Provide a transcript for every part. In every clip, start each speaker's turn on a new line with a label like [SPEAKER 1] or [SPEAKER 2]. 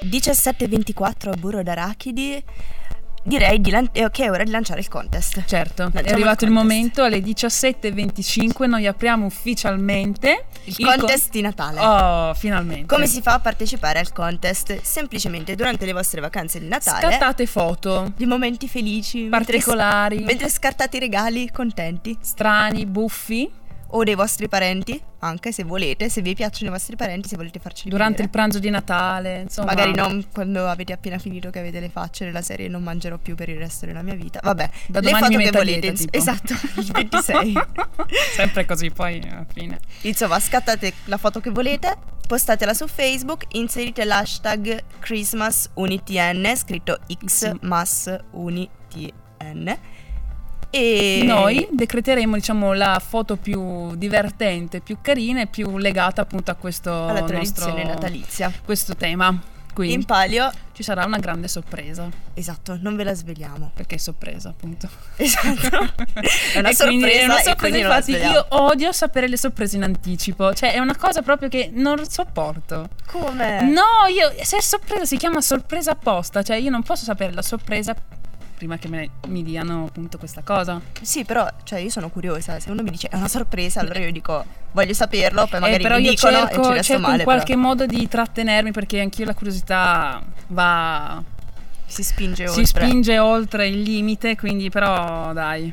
[SPEAKER 1] 17.24 a burro d'arachidi. Direi di lan- eh, che è ora di lanciare il contest.
[SPEAKER 2] Certo,
[SPEAKER 1] Lanciamo
[SPEAKER 2] è
[SPEAKER 1] il
[SPEAKER 2] arrivato il,
[SPEAKER 1] contest.
[SPEAKER 2] momento, alle 17.25 noi apriamo ufficialmente
[SPEAKER 1] Il,
[SPEAKER 2] con-
[SPEAKER 1] contest di Natale.
[SPEAKER 2] Oh, finalmente.
[SPEAKER 1] Come si fa a partecipare al contest? Semplicemente durante le vostre vacanze di Natale.
[SPEAKER 2] Scattate foto,
[SPEAKER 1] Di momenti felici, mentre-
[SPEAKER 2] particolari,
[SPEAKER 1] mentre scattate i regali contenti.
[SPEAKER 2] strani, buffi,
[SPEAKER 1] o dei vostri parenti, anche se volete, se vi piacciono i vostri parenti, se volete farci
[SPEAKER 2] durante il pranzo di Natale, insomma.
[SPEAKER 1] Magari non quando avete appena finito che avete le facce della serie non mangerò più per il resto della mia vita. Vabbè,
[SPEAKER 2] Da
[SPEAKER 1] le
[SPEAKER 2] domani
[SPEAKER 1] foto
[SPEAKER 2] mi
[SPEAKER 1] che
[SPEAKER 2] metto a
[SPEAKER 1] volete.
[SPEAKER 2] dieta,
[SPEAKER 1] ins-
[SPEAKER 2] tipo.
[SPEAKER 1] Esatto, il 26.
[SPEAKER 2] Sempre così poi alla fine.
[SPEAKER 1] Insomma, scattate la foto che volete, postatela su Facebook, inserite l'hashtag ChristmasUnitn, scritto XmasUnitn. E
[SPEAKER 2] Noi decreteremo, diciamo, la foto più divertente, più carina e più legata appunto a questo
[SPEAKER 1] alla
[SPEAKER 2] nostro
[SPEAKER 1] tradizione natalizia.
[SPEAKER 2] questo tema. Quindi
[SPEAKER 1] In palio,
[SPEAKER 2] ci sarà una grande sorpresa,
[SPEAKER 1] esatto, non ve la sveliamo.
[SPEAKER 2] perché è sorpresa, appunto.
[SPEAKER 1] Esatto. È una
[SPEAKER 2] E quindi
[SPEAKER 1] sorpresa.
[SPEAKER 2] è una
[SPEAKER 1] e
[SPEAKER 2] sorpresa,
[SPEAKER 1] quindi non la
[SPEAKER 2] infatti
[SPEAKER 1] svegliamo.
[SPEAKER 2] io odio sapere le sorprese in anticipo, cioè è una cosa proprio che non sopporto.
[SPEAKER 1] Come?
[SPEAKER 2] No, io se è sorpresa si chiama sorpresa apposta, cioè io non posso sapere la sorpresa prima che me- mi diano appunto questa cosa.
[SPEAKER 1] Sì, però cioè, io sono curiosa. Se uno mi dice è una sorpresa, allora io dico voglio saperlo, poi
[SPEAKER 2] Eh,
[SPEAKER 1] magari
[SPEAKER 2] però
[SPEAKER 1] mi
[SPEAKER 2] io
[SPEAKER 1] dicono e
[SPEAKER 2] cerco,
[SPEAKER 1] ci resto
[SPEAKER 2] cerco
[SPEAKER 1] male.
[SPEAKER 2] in qualche modo di trattenermi perché anch'io la curiosità
[SPEAKER 1] però.
[SPEAKER 2] va
[SPEAKER 1] Si spinge
[SPEAKER 2] si
[SPEAKER 1] oltre.
[SPEAKER 2] spinge oltre il limite, quindi però dai.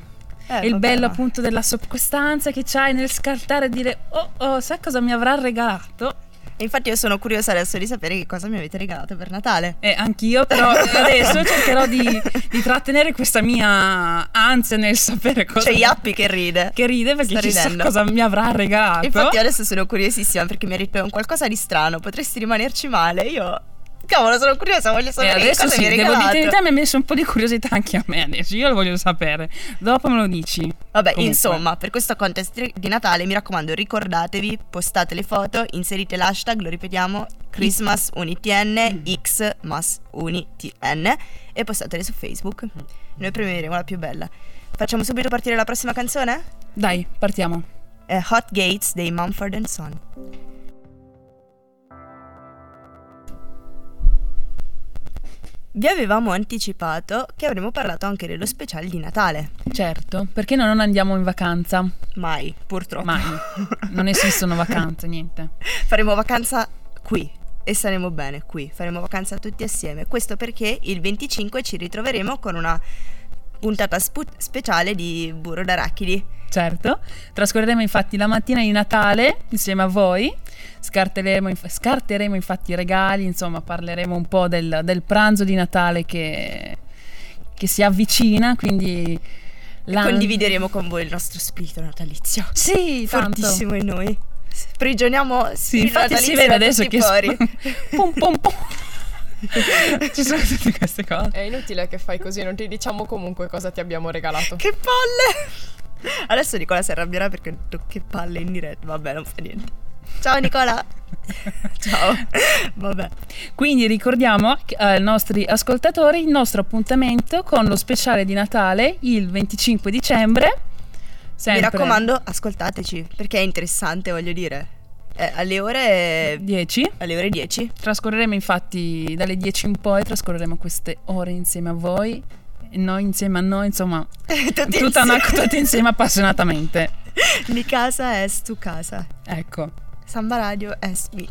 [SPEAKER 1] Eh,
[SPEAKER 2] E il
[SPEAKER 1] vabbè,
[SPEAKER 2] bello
[SPEAKER 1] ma-
[SPEAKER 2] appunto della soppostanza che c'hai nel scartare e dire "Oh, oh, sai cosa mi avrà regalato?"
[SPEAKER 1] Infatti io sono curiosa adesso di sapere che cosa mi avete regalato per Natale.
[SPEAKER 2] Eh, anch'io, però adesso cercherò di, di trattenere questa mia ansia nel sapere cosa
[SPEAKER 1] C'è Cioè, Yappi che ride.
[SPEAKER 2] che ride perché
[SPEAKER 1] Sta
[SPEAKER 2] chissà
[SPEAKER 1] ridendo.
[SPEAKER 2] cosa mi avrà regalato.
[SPEAKER 1] Infatti io adesso sono curiosissima perché mi ha detto "È un qualcosa di strano, potresti rimanerci male. Io cavolo, sono curiosa, voglio
[SPEAKER 2] e
[SPEAKER 1] sapere che
[SPEAKER 2] Eh, adesso
[SPEAKER 1] cosa
[SPEAKER 2] sì,
[SPEAKER 1] mi hai
[SPEAKER 2] devo
[SPEAKER 1] regalato.
[SPEAKER 2] dire, te mi hai messo un po' di curiosità anche a me adesso, io lo voglio sapere. Dopo me lo dici.
[SPEAKER 1] Vabbè,
[SPEAKER 2] Comunque.
[SPEAKER 1] insomma, per questo contest ri- di Natale, mi raccomando, ricordatevi, postate le foto, inserite l'hashtag, lo ripetiamo, ChristmasUnitn, XmasUnitn e postatele su Facebook. Noi premieremo la più bella. Facciamo subito partire la prossima canzone?
[SPEAKER 2] Dai, partiamo.
[SPEAKER 1] Eh, Hot Gates dei Mumford and Son. Vi avevamo anticipato che avremmo parlato anche dello speciale di Natale.
[SPEAKER 2] Certo, perché noi non andiamo in vacanza?
[SPEAKER 1] Mai, purtroppo.
[SPEAKER 2] Mai. Non esistono vacanze, niente.
[SPEAKER 1] faremo vacanza qui e saremo bene qui, faremo vacanza tutti assieme. Questo perché il 25 ci ritroveremo con una puntata spu- speciale di Burro d'Arachidi.
[SPEAKER 2] Certo, trascorreremo infatti la mattina di Natale insieme a voi, scarteremo, inf- scarteremo infatti i regali, insomma parleremo un po' del, del pranzo di Natale che, che si avvicina, quindi... la-
[SPEAKER 1] Condivideremo con voi il nostro spirito natalizio.
[SPEAKER 2] Sì, tanto.
[SPEAKER 1] Fortissimo in noi. Prigioniamo
[SPEAKER 2] Sì, infatti si vede adesso che...
[SPEAKER 1] fuori.
[SPEAKER 2] pum pum pum. Ci sono tutte queste cose.
[SPEAKER 3] È inutile che fai così, non ti diciamo comunque cosa ti abbiamo regalato.
[SPEAKER 1] Che palle! Adesso Nicola si arrabbierà perché ho detto che palle in diretta. Vabbè, non fa niente. Ciao Nicola. Ciao. Vabbè.
[SPEAKER 2] Quindi ricordiamo eh, ai nostri ascoltatori il nostro appuntamento con lo speciale di Natale il 25 dicembre.
[SPEAKER 1] Mi
[SPEAKER 2] Sempre
[SPEAKER 1] raccomando, ascoltateci perché è interessante, voglio dire. Eh, alle, ore,
[SPEAKER 2] 10.
[SPEAKER 1] alle ore 10.
[SPEAKER 2] Trascorreremo infatti dalle 10 in poi, trascorreremo queste ore insieme a voi, e noi insieme a noi, insomma,
[SPEAKER 1] Tutti
[SPEAKER 2] tutta una,
[SPEAKER 1] insieme.
[SPEAKER 2] tutti insieme appassionatamente.
[SPEAKER 1] Mi casa es tu casa.
[SPEAKER 2] Ecco,
[SPEAKER 1] Samba Radio es mi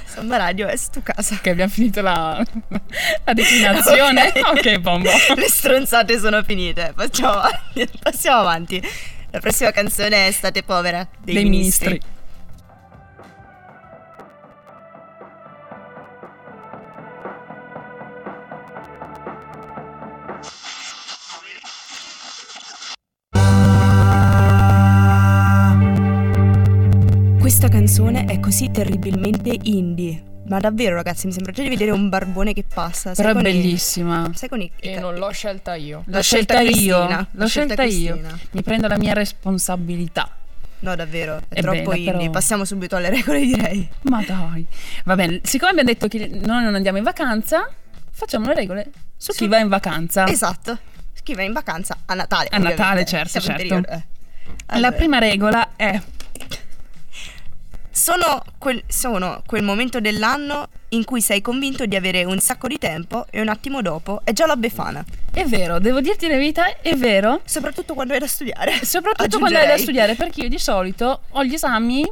[SPEAKER 1] casa. Samba Radio es tu casa.
[SPEAKER 2] ok, abbiamo finito la, la declinazione.
[SPEAKER 1] Ok.
[SPEAKER 2] ok, bombo.
[SPEAKER 1] Le stronzate sono finite. Facciamo avanti. Passiamo avanti. La prossima canzone è State povera dei,
[SPEAKER 2] Dei
[SPEAKER 1] ministri.
[SPEAKER 2] ministri.
[SPEAKER 1] Questa canzone è così terribilmente indie. Ma davvero, ragazzi, mi sembra già di vedere un barbone che passa. sai
[SPEAKER 2] Però è
[SPEAKER 1] con i-
[SPEAKER 2] bellissima.
[SPEAKER 1] Sai con i. i
[SPEAKER 3] E
[SPEAKER 1] ca-
[SPEAKER 3] non l'ho scelta io.
[SPEAKER 2] L'ho scelta io,
[SPEAKER 1] Cristina,
[SPEAKER 2] l'ho scelta io.
[SPEAKER 1] Cristina.
[SPEAKER 2] Mi prendo la mia responsabilità.
[SPEAKER 1] No, davvero, è,
[SPEAKER 2] È
[SPEAKER 1] troppo
[SPEAKER 2] bella,
[SPEAKER 1] indie.
[SPEAKER 2] però.
[SPEAKER 1] Passiamo subito alle regole, direi.
[SPEAKER 2] Ma dai. Va bene, siccome abbiamo detto che noi non andiamo in vacanza, facciamo le regole su,
[SPEAKER 1] Su-
[SPEAKER 2] chi va in vacanza.
[SPEAKER 1] Esatto. Chi va in vacanza a Natale.
[SPEAKER 2] A Natale,
[SPEAKER 1] ovviamente.
[SPEAKER 2] certo,
[SPEAKER 1] Siamo in
[SPEAKER 2] certo.
[SPEAKER 1] periodo, eh.
[SPEAKER 2] La
[SPEAKER 1] Allora,
[SPEAKER 2] prima regola è
[SPEAKER 1] sono quel, sono quel momento dell'anno in cui sei convinto di avere un sacco di tempo e un attimo dopo è già la befana.
[SPEAKER 2] È vero, devo dirti la verità, è vero.
[SPEAKER 1] Soprattutto quando hai da studiare.
[SPEAKER 2] Soprattutto quando hai da
[SPEAKER 1] Aggiungerei.
[SPEAKER 2] studiare, perché io di solito ho gli esami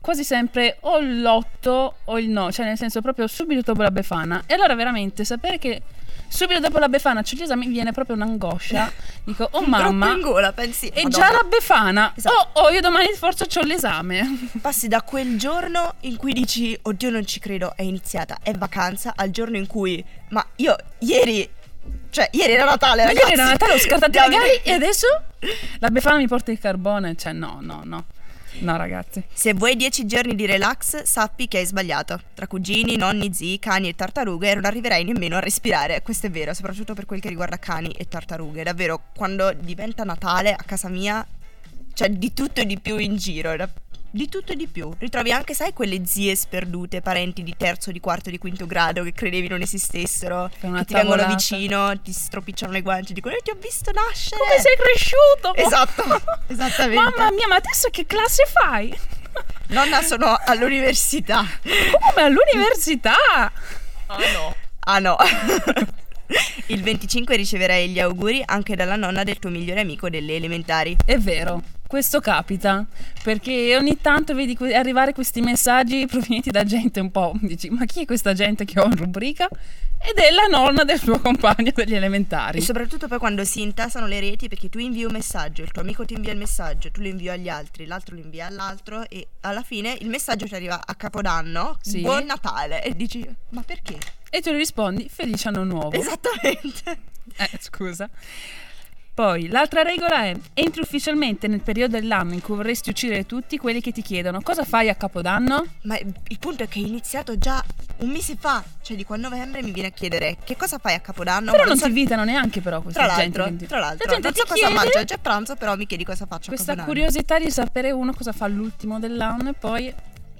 [SPEAKER 2] quasi sempre o l'8 o il 9, cioè nel senso proprio subito dopo la Befana. E allora veramente sapere che subito dopo la Befana c'è gli esami mi viene proprio un'angoscia. Dico, oh
[SPEAKER 1] Un troppo
[SPEAKER 2] mamma,
[SPEAKER 1] in gola, pensi.
[SPEAKER 2] è
[SPEAKER 1] Madonna.
[SPEAKER 2] già la Befana.
[SPEAKER 1] Esatto.
[SPEAKER 2] Oh, oh, io domani forse ho l'esame.
[SPEAKER 1] Passi da quel giorno in cui dici Oddio non ci credo, è iniziata, è vacanza Al giorno in cui Ma io ieri Cioè ieri era Natale
[SPEAKER 2] Ma ieri
[SPEAKER 1] ragazzi.
[SPEAKER 2] era Natale, ho scartato i
[SPEAKER 1] Davide-
[SPEAKER 2] regali e adesso la Befana mi porta il carbone. Cioè no, no, no. No ragazzi.
[SPEAKER 1] Se vuoi 10 giorni di relax Sappi che hai sbagliato Tra cugini, nonni, zii, cani e tartarughe Non arriverai nemmeno a respirare Questo è vero, soprattutto per quel che riguarda cani e tartarughe Davvero, quando diventa Natale a casa mia Cioè di tutto e di più in giro da- di tutto e di più. Ritrovi anche, sai, quelle zie sperdute, parenti di terzo, di quarto, di quinto grado che credevi non esistessero.
[SPEAKER 2] Fai una
[SPEAKER 1] che ti vengono
[SPEAKER 2] tavolata.
[SPEAKER 1] vicino, ti stropicciano le guance, dicono "Io ti ho visto nascere".
[SPEAKER 2] Come sei cresciuto?
[SPEAKER 1] Esatto, esattamente.
[SPEAKER 2] Mamma mia, ma adesso che classe fai?
[SPEAKER 1] Nonna sono all'università.
[SPEAKER 2] Come all'università?
[SPEAKER 3] Ah no.
[SPEAKER 1] Ah no. Il 25 riceverai gli auguri anche dalla nonna del tuo migliore amico delle elementari.
[SPEAKER 2] È vero, questo capita, perché ogni tanto vedi que- arrivare questi messaggi provenienti da gente un po', dici, ma chi è questa gente che ho in rubrica? Ed è la nonna del tuo compagno degli
[SPEAKER 1] E
[SPEAKER 2] elementari.
[SPEAKER 1] soprattutto poi quando si intasano le reti perché tu invi un messaggio, il tuo amico ti invia il messaggio, tu lo invio agli altri, l'altro lo invia all'altro e alla fine il messaggio ti arriva a Capodanno,
[SPEAKER 2] Sì.
[SPEAKER 1] buon Natale e dici ma perché?
[SPEAKER 2] E tu gli rispondi, felice anno nuovo.
[SPEAKER 1] Esattamente.
[SPEAKER 2] Eh, scusa. Poi, l'altra regola è, entri ufficialmente nel periodo dell'anno in cui vorresti uccidere tutti quelli che ti chiedono cosa fai a Capodanno?
[SPEAKER 1] Ma il punto è che è iniziato già un mese fa, cioè di qua a novembre mi viene a chiedere che cosa fai a Capodanno?
[SPEAKER 2] però
[SPEAKER 1] Ma
[SPEAKER 2] non
[SPEAKER 1] so-
[SPEAKER 2] ti invitano neanche però questa
[SPEAKER 1] Tra
[SPEAKER 2] gente.
[SPEAKER 1] l'altro,
[SPEAKER 2] quindi-
[SPEAKER 1] tra l'altro,
[SPEAKER 2] La gente
[SPEAKER 1] non so
[SPEAKER 2] ti
[SPEAKER 1] cosa
[SPEAKER 2] chiede-
[SPEAKER 1] mangio oggi a pranzo, però mi chiedi cosa faccio a
[SPEAKER 2] questa
[SPEAKER 1] Capodanno.
[SPEAKER 2] curiosità di sapere uno cosa fa all'ultimo dell'anno e poi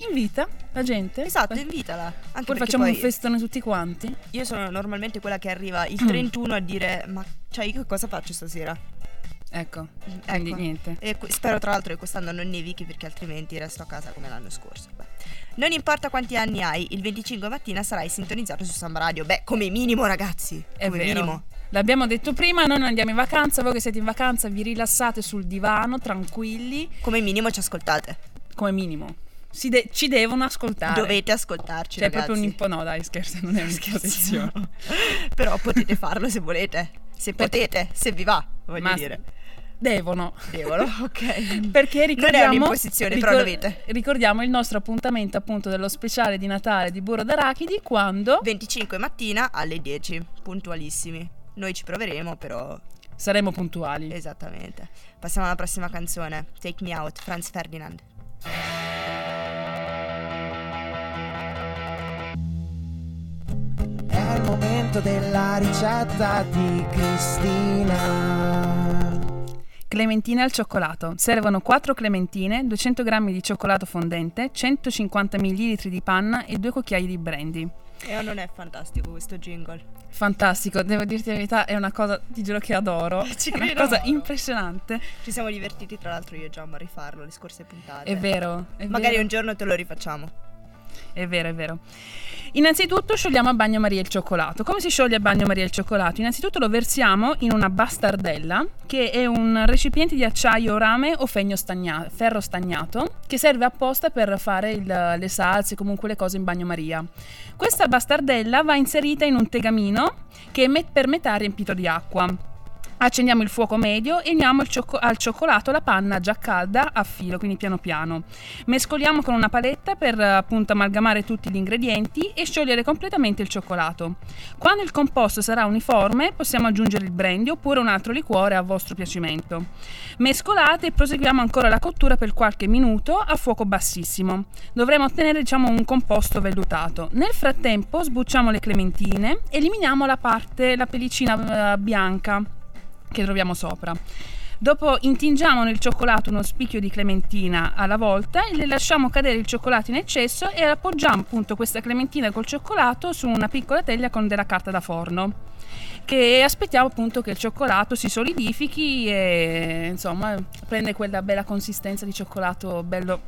[SPEAKER 2] invita la gente.
[SPEAKER 1] Esatto,
[SPEAKER 2] Poi,
[SPEAKER 1] invitala. Anche
[SPEAKER 2] poi
[SPEAKER 1] perché
[SPEAKER 2] facciamo
[SPEAKER 1] poi
[SPEAKER 2] un festone tutti quanti.
[SPEAKER 1] Io sono normalmente quella che arriva
[SPEAKER 2] Mm.
[SPEAKER 1] il 31 a dire "Ma cioè io che cosa faccio stasera?"
[SPEAKER 2] Ecco,
[SPEAKER 1] Ecco.
[SPEAKER 2] quindi niente.
[SPEAKER 1] E que- spero tra l'altro che quest'anno non nevichi perché altrimenti resto a casa come l'anno scorso. Beh. Non importa quanti anni hai, il 25 mattina sarai sintonizzato su Samba Radio. Beh, come minimo, ragazzi.
[SPEAKER 2] È
[SPEAKER 1] come
[SPEAKER 2] vero.
[SPEAKER 1] minimo.
[SPEAKER 2] L'abbiamo detto prima, noi non andiamo in vacanza, voi che siete in vacanza vi rilassate sul divano, tranquilli,
[SPEAKER 1] Come minimo ci ascoltate.
[SPEAKER 2] come minimo. Si de- ci devono ascoltare.
[SPEAKER 1] Dovete ascoltarci,
[SPEAKER 2] Cioè, è
[SPEAKER 1] ragazzi.
[SPEAKER 2] proprio un impo- No, dai, scherzo, non è un'imposizione.
[SPEAKER 1] Scherziamo. Però potete farlo se volete. Se potete, se vi va, voglio
[SPEAKER 2] Ma-
[SPEAKER 1] dire.
[SPEAKER 2] Devono.
[SPEAKER 1] Devono, ok.
[SPEAKER 2] Perché ricordiamo
[SPEAKER 1] un'imposizione, però dovete.
[SPEAKER 2] Ricordiamo il nostro appuntamento appunto dello speciale di Natale di Burro d'Arachidi quando
[SPEAKER 1] 25 mattina alle 10, puntualissimi. Noi ci proveremo, però
[SPEAKER 2] saremo puntuali.
[SPEAKER 1] Esattamente. Passiamo alla prossima canzone. Take Me Out, Franz Ferdinand.
[SPEAKER 4] È il momento della ricetta di Cristina.
[SPEAKER 2] Clementine al cioccolato. Servono 4 clementine, 200 g di cioccolato fondente, 150 ml di panna e 2 cucchiai di brandy.
[SPEAKER 1] E oh, non è fantastico questo jingle.
[SPEAKER 2] Fantastico, devo dirti la verità, è una cosa, ti giuro che adoro.
[SPEAKER 1] Ci
[SPEAKER 2] è una
[SPEAKER 1] credo.
[SPEAKER 2] cosa impressionante.
[SPEAKER 1] Ci siamo divertiti tra l'altro io e Giamma a rifarlo le scorse puntate.
[SPEAKER 2] È vero. È
[SPEAKER 1] Magari
[SPEAKER 2] vero.
[SPEAKER 1] un giorno te lo rifacciamo.
[SPEAKER 2] È vero, è vero. Innanzitutto sciogliamo a bagnomaria il cioccolato. Come si scioglie a bagnomaria il cioccolato? Innanzitutto lo versiamo in una bastardella, che è un recipiente di acciaio, rame o fegno stagna- ferro stagnato, che serve apposta per fare il- le salse, comunque le cose in bagnomaria. Questa bastardella va inserita in un tegamino che è met- per metà riempito di acqua. Accendiamo il fuoco medio e uniamo il ciocco- al cioccolato la panna già calda a filo, quindi piano piano. Mescoliamo con una paletta per eh, appunto amalgamare tutti gli ingredienti e sciogliere completamente il cioccolato. Quando il composto sarà uniforme possiamo aggiungere il brandy oppure un altro liquore a vostro piacimento. Mescolate e proseguiamo ancora la cottura per qualche minuto a fuoco bassissimo. Dovremo ottenere diciamo un composto vellutato. Nel frattempo sbucciamo le clementine, eliminiamo la parte, la pellicina eh, bianca che troviamo sopra. Dopo intingiamo nel cioccolato uno spicchio di clementina alla volta e le lasciamo cadere il cioccolato in eccesso e appoggiamo appunto questa clementina col cioccolato su una piccola teglia con della carta da forno che aspettiamo appunto che il cioccolato si solidifichi e insomma prende quella bella consistenza di cioccolato bello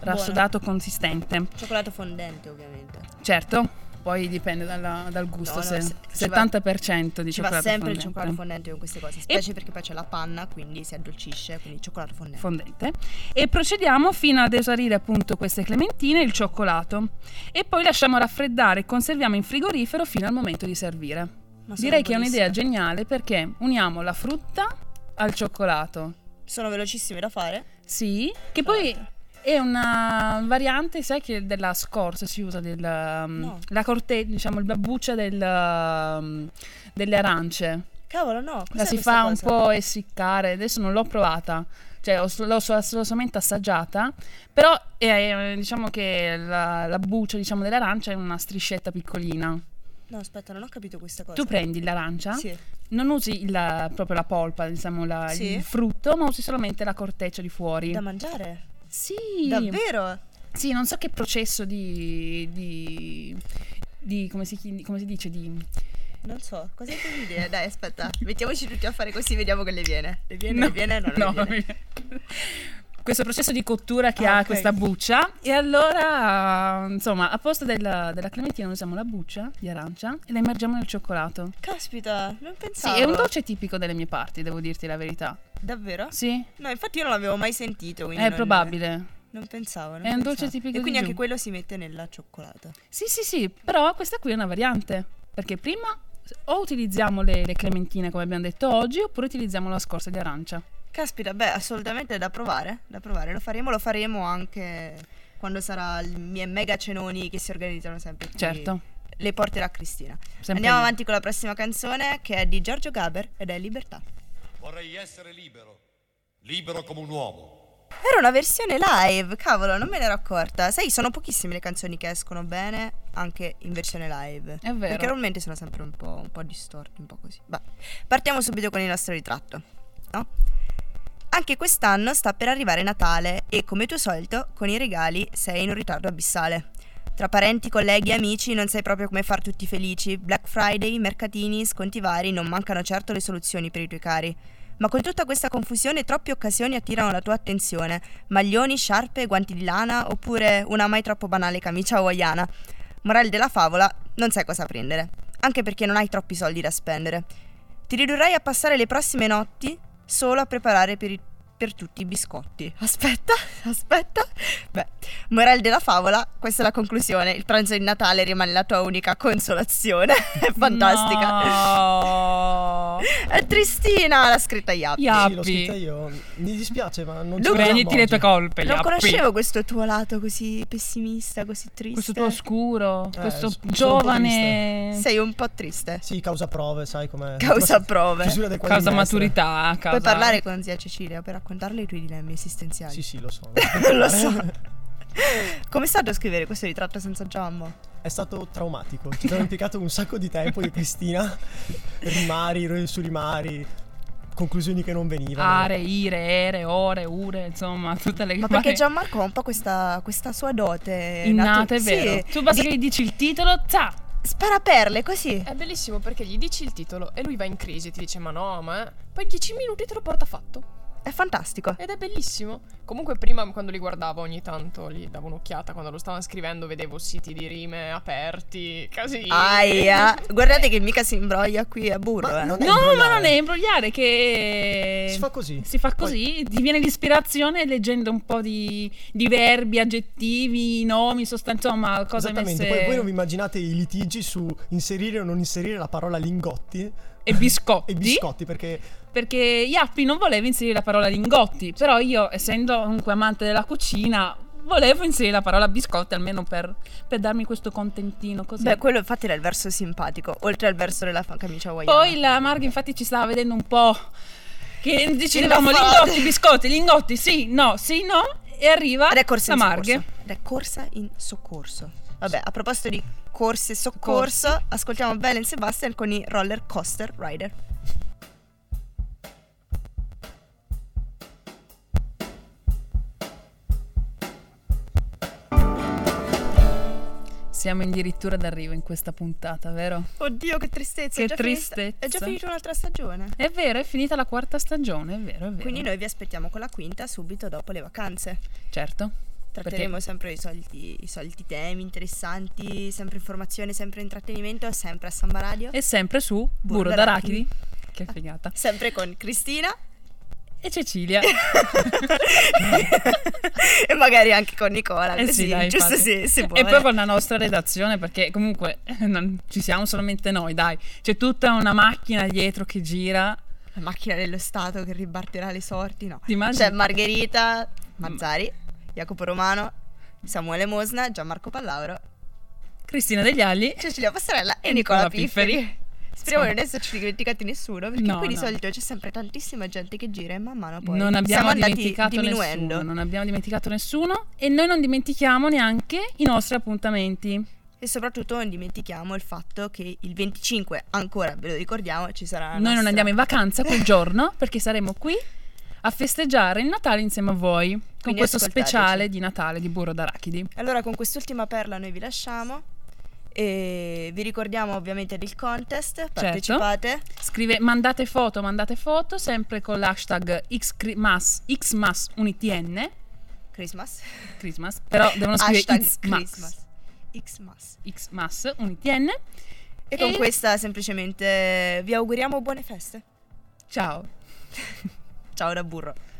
[SPEAKER 2] rassodato consistente.
[SPEAKER 1] Cioccolato fondente, ovviamente.
[SPEAKER 2] Certo, poi dipende dalla- dal
[SPEAKER 1] No,
[SPEAKER 2] gusto,
[SPEAKER 1] no,
[SPEAKER 2] se-
[SPEAKER 1] se- ci va-
[SPEAKER 2] 70% di
[SPEAKER 1] Ci va
[SPEAKER 2] cioccolato
[SPEAKER 1] sempre il
[SPEAKER 2] fondente.
[SPEAKER 1] cioccolato fondente con queste cose, specie perché poi c'è la panna, quindi si addolcisce, quindi cioccolato fondente.
[SPEAKER 2] fondente e procediamo fino ad esaurire appunto queste clementine e il cioccolato e poi lasciamo raffreddare e conserviamo in frigorifero fino al momento di servire.
[SPEAKER 1] Ma sono
[SPEAKER 2] Direi che è
[SPEAKER 1] buonissime.
[SPEAKER 2] un'idea geniale perché uniamo la frutta al cioccolato.
[SPEAKER 1] Sono velocissime da fare.
[SPEAKER 2] Sì, che poi è una variante, sai che della scorza si usa del, um,
[SPEAKER 1] No.
[SPEAKER 2] la corte, diciamo, la buccia del, um, delle arance.
[SPEAKER 1] Cavolo, no.
[SPEAKER 2] La
[SPEAKER 1] cos'è
[SPEAKER 2] si
[SPEAKER 1] questa
[SPEAKER 2] fa un
[SPEAKER 1] cosa?
[SPEAKER 2] po' essiccare, adesso non l'ho provata, cioè ho so- l'ho so- l'ho solamente assaggiata, però è, eh, diciamo che la, la buccia diciamo, dell'arancia è una striscetta piccolina.
[SPEAKER 1] No, aspetta, non ho capito questa cosa.
[SPEAKER 2] Tu prendi eh? l'arancia,
[SPEAKER 1] Sì.
[SPEAKER 2] non usi il- proprio la polpa, diciamo la-
[SPEAKER 1] Sì.
[SPEAKER 2] il frutto, ma usi solamente la corteccia di fuori.
[SPEAKER 1] Da mangiare?
[SPEAKER 2] sì,
[SPEAKER 1] Davvero?
[SPEAKER 2] sì, non so che processo di... di, di- come, si, chi- come si dice? Di...
[SPEAKER 1] Non so, cosa hai di dire? Dai, aspetta, mettiamoci tutti a fare così, vediamo che le viene. Le viene, le viene, no, non le viene.
[SPEAKER 2] Questo processo di cottura che
[SPEAKER 1] Ah,
[SPEAKER 2] ha
[SPEAKER 1] ok.
[SPEAKER 2] questa buccia. E allora, insomma, a posto della, della clementina usiamo la buccia di arancia e la immergiamo nel cioccolato.
[SPEAKER 1] Caspita, non
[SPEAKER 2] Sì,
[SPEAKER 1] pensavo.
[SPEAKER 2] è un dolce tipico delle mie parti, devo dirti la verità.
[SPEAKER 1] Davvero?
[SPEAKER 2] Sì,
[SPEAKER 1] No, infatti io non l'avevo mai sentito, quindi
[SPEAKER 2] è
[SPEAKER 1] non-
[SPEAKER 2] probabile.
[SPEAKER 1] Non pensavo, non
[SPEAKER 2] È un dolce
[SPEAKER 1] pensavo.
[SPEAKER 2] tipico
[SPEAKER 1] E quindi
[SPEAKER 2] di giù.
[SPEAKER 1] anche quello si mette nella cioccolata.
[SPEAKER 2] Sì, sì, sì, però questa qui è una variante. Perché prima o utilizziamo le, le clementine come abbiamo detto oggi, oppure utilizziamo la scorza di arancia.
[SPEAKER 1] Caspita, beh, assolutamente da provare, da provare. Lo faremo, lo faremo anche quando sarà i miei mega cenoni che si organizzano sempre. qui.
[SPEAKER 2] Certo.
[SPEAKER 1] Le porterà Cristina.
[SPEAKER 2] sempre
[SPEAKER 1] Andiamo
[SPEAKER 2] lì.
[SPEAKER 1] avanti con la prossima canzone che è di Giorgio Gaber ed è Libertà.
[SPEAKER 5] Vorrei essere libero, libero come un uomo.
[SPEAKER 1] Era una versione live, cavolo, non me ne ero accorta. Sai, sono pochissime le canzoni che escono bene anche in versione live.
[SPEAKER 2] È vero.
[SPEAKER 1] Perché normalmente sono sempre un po', un po' distorti, un po' così. Beh, partiamo subito con il nostro ritratto, no? Anche quest'anno sta per arrivare Natale e, come tuo solito, con i regali sei in un ritardo abissale. Tra parenti, colleghi e amici non sai proprio come far tutti felici. Black Friday, mercatini, sconti vari, non mancano certo le soluzioni per i tuoi cari. Ma con tutta questa confusione troppe occasioni attirano la tua attenzione. Maglioni, sciarpe, guanti di lana oppure una mai troppo banale camicia hawaiana. Morale della favola, non sai cosa prendere, anche perché non hai troppi soldi da spendere. Ti ridurrai a passare le prossime notti solo a preparare per, i- per tutti i biscotti. Aspetta, aspetta. Beh, morale della favola, questa è la conclusione. Il pranzo di Natale rimane la tua unica consolazione. È fantastica.
[SPEAKER 2] No.
[SPEAKER 1] È tristina la scritta Yappi.
[SPEAKER 4] Sì, l'ho scritta
[SPEAKER 2] Yappi.
[SPEAKER 4] io. Mi dispiace, ma non ci
[SPEAKER 1] Luca-
[SPEAKER 4] vediamo
[SPEAKER 2] Prenditi le tue
[SPEAKER 4] oggi.
[SPEAKER 2] colpe,
[SPEAKER 1] Non
[SPEAKER 2] Yappi.
[SPEAKER 1] conoscevo questo tuo lato così pessimista, così triste.
[SPEAKER 2] questo tuo oscuro,
[SPEAKER 4] Eh,
[SPEAKER 2] questo
[SPEAKER 4] sono un po'
[SPEAKER 2] giovane
[SPEAKER 1] Sei un po' triste.
[SPEAKER 4] Sì, causa prove, sai com'è.
[SPEAKER 1] Causa prove.
[SPEAKER 4] Chiusura del
[SPEAKER 2] causa
[SPEAKER 4] quadrimestre.
[SPEAKER 2] maturità, causa...
[SPEAKER 1] Puoi parlare con zia Cecilia per raccontarle i tuoi dilemmi esistenziali.
[SPEAKER 4] Sì, sì, lo so.
[SPEAKER 1] Non lo so. Come è stato a scrivere questo ritratto senza Giammo?
[SPEAKER 4] È stato traumatico. Ci abbiamo impiegato un sacco di tempo io e Cristina. Rimari, ro- su rimari. Conclusioni che non venivano.
[SPEAKER 2] Are, ire, ere, ore, ure, insomma, tutte le
[SPEAKER 1] Ma perché Gianmarco ha un po' questa, questa sua dote
[SPEAKER 2] innate,
[SPEAKER 1] natu-
[SPEAKER 2] è vero.
[SPEAKER 1] Sì,
[SPEAKER 2] Tu basta
[SPEAKER 1] di-
[SPEAKER 2] che gli dici il titolo, za!
[SPEAKER 1] sparaperle così.
[SPEAKER 3] È bellissimo perché gli dici il titolo e lui va in crisi e ti dice ma no, ma... eh". Poi 10 minuti te lo porta fatto.
[SPEAKER 1] È fantastico.
[SPEAKER 3] Ed è bellissimo. Comunque prima quando li guardavo ogni tanto, li davo un'occhiata, quando lo stavano scrivendo vedevo siti di rime aperti, casini.
[SPEAKER 1] Aia, guardate che mica si imbroglia qui a burro.
[SPEAKER 4] Ma
[SPEAKER 1] eh.
[SPEAKER 4] non è
[SPEAKER 2] No, ma
[SPEAKER 4] imbrogliare.
[SPEAKER 2] non è imbrogliare che...
[SPEAKER 4] Si fa così.
[SPEAKER 2] Si fa così, ti viene l'ispirazione leggendo un po' di, di verbi, aggettivi, nomi, sostanze, insomma, cose
[SPEAKER 4] Esattamente.
[SPEAKER 2] messe...
[SPEAKER 4] Poi voi non vi immaginate i litigi su inserire o non inserire la parola lingotti
[SPEAKER 2] E biscotti.
[SPEAKER 4] e biscotti perché
[SPEAKER 2] perché Iappi non voleva inserire la parola lingotti, però io, essendo comunque amante della cucina, volevo inserire la parola biscotti almeno per, per darmi questo contentino così.
[SPEAKER 1] Beh, quello infatti era il verso simpatico, oltre al verso della fa- camicia hawaiana.
[SPEAKER 2] Poi la Marghe infatti ci stava vedendo un po' che decidevamo
[SPEAKER 1] Innaffate.
[SPEAKER 2] lingotti, biscotti, lingotti, sì, no, sì, no, e arriva
[SPEAKER 1] Ed è corsa
[SPEAKER 2] la
[SPEAKER 1] in
[SPEAKER 2] Marghe.
[SPEAKER 1] soccorso. Ed è corsa in soccorso. Vabbè, a proposito di corse e soccorso, ascoltiamo Belen Sebastian con i roller coaster rider.
[SPEAKER 2] Siamo addirittura d'arrivo in questa puntata, vero?
[SPEAKER 1] Oddio, che tristezza!
[SPEAKER 2] Che
[SPEAKER 1] è già finita-
[SPEAKER 2] tristezza.
[SPEAKER 1] è già finita un'altra stagione.
[SPEAKER 2] È vero, è finita la quarta stagione, è vero, è vero.
[SPEAKER 1] Quindi noi vi aspettiamo con la quinta subito dopo le vacanze.
[SPEAKER 2] Certo.
[SPEAKER 1] Tratteremo sempre i soliti, i soliti temi interessanti, sempre informazione, sempre intrattenimento, sempre a Samba Radio.
[SPEAKER 2] E sempre su Burro
[SPEAKER 1] Burro Ah.
[SPEAKER 2] d'Arachidi. Che figata.
[SPEAKER 1] Sempre con Cristina
[SPEAKER 2] E Cecilia.
[SPEAKER 1] e magari anche con Nicola.
[SPEAKER 2] Eh
[SPEAKER 1] così,
[SPEAKER 2] sì, dai,
[SPEAKER 1] giusto
[SPEAKER 2] infatti.
[SPEAKER 1] se, se
[SPEAKER 2] e
[SPEAKER 1] vuole.
[SPEAKER 2] poi con la nostra redazione, perché comunque non ci siamo solamente noi, dai. C'è tutta una macchina dietro che gira.
[SPEAKER 1] La macchina dello Stato che ribatterà le sorti, no.
[SPEAKER 2] Ti immagini?
[SPEAKER 1] C'è Margherita Mazzari, Jacopo Romano, Samuele Mosna, Gianmarco Pallauro,
[SPEAKER 2] Cristina degli Agli.
[SPEAKER 1] Cecilia Passarella e,
[SPEAKER 2] E
[SPEAKER 1] Nicola,
[SPEAKER 2] Nicola
[SPEAKER 1] Pifferi.
[SPEAKER 2] Pifferi.
[SPEAKER 1] Speriamo di
[SPEAKER 2] Sì.
[SPEAKER 1] non esserci dimenticati nessuno, perché
[SPEAKER 2] No,
[SPEAKER 1] qui di
[SPEAKER 2] no.
[SPEAKER 1] solito c'è sempre tantissima gente che gira e man mano poi
[SPEAKER 2] non abbiamo
[SPEAKER 1] siamo andati
[SPEAKER 2] dimenticato
[SPEAKER 1] diminuendo.
[SPEAKER 2] nessuno, non abbiamo dimenticato nessuno e noi non dimentichiamo neanche i nostri appuntamenti.
[SPEAKER 1] E soprattutto non dimentichiamo il fatto che il 25, ancora ve lo ricordiamo, ci sarà la
[SPEAKER 2] Noi non
[SPEAKER 1] nostra-
[SPEAKER 2] andiamo in vacanza quel giorno perché saremo qui a festeggiare il Natale insieme a voi con
[SPEAKER 1] Quindi
[SPEAKER 2] questo
[SPEAKER 1] ascoltateci.
[SPEAKER 2] speciale di Natale di burro d'arachidi.
[SPEAKER 1] Allora con quest'ultima perla noi vi lasciamo e vi ricordiamo ovviamente del contest, partecipate.
[SPEAKER 2] Scrive, mandate foto, mandate foto sempre con l'hashtag xmas, xmasunitn,
[SPEAKER 1] Christmas.
[SPEAKER 2] Christmas, però devono scrivere
[SPEAKER 1] Hashtag
[SPEAKER 2] xmas,
[SPEAKER 1] Christmas. Xmas.
[SPEAKER 2] xmasunitn.
[SPEAKER 1] E con
[SPEAKER 2] E-
[SPEAKER 1] questa semplicemente vi auguriamo buone feste.
[SPEAKER 2] Ciao.
[SPEAKER 1] Ciao da burro.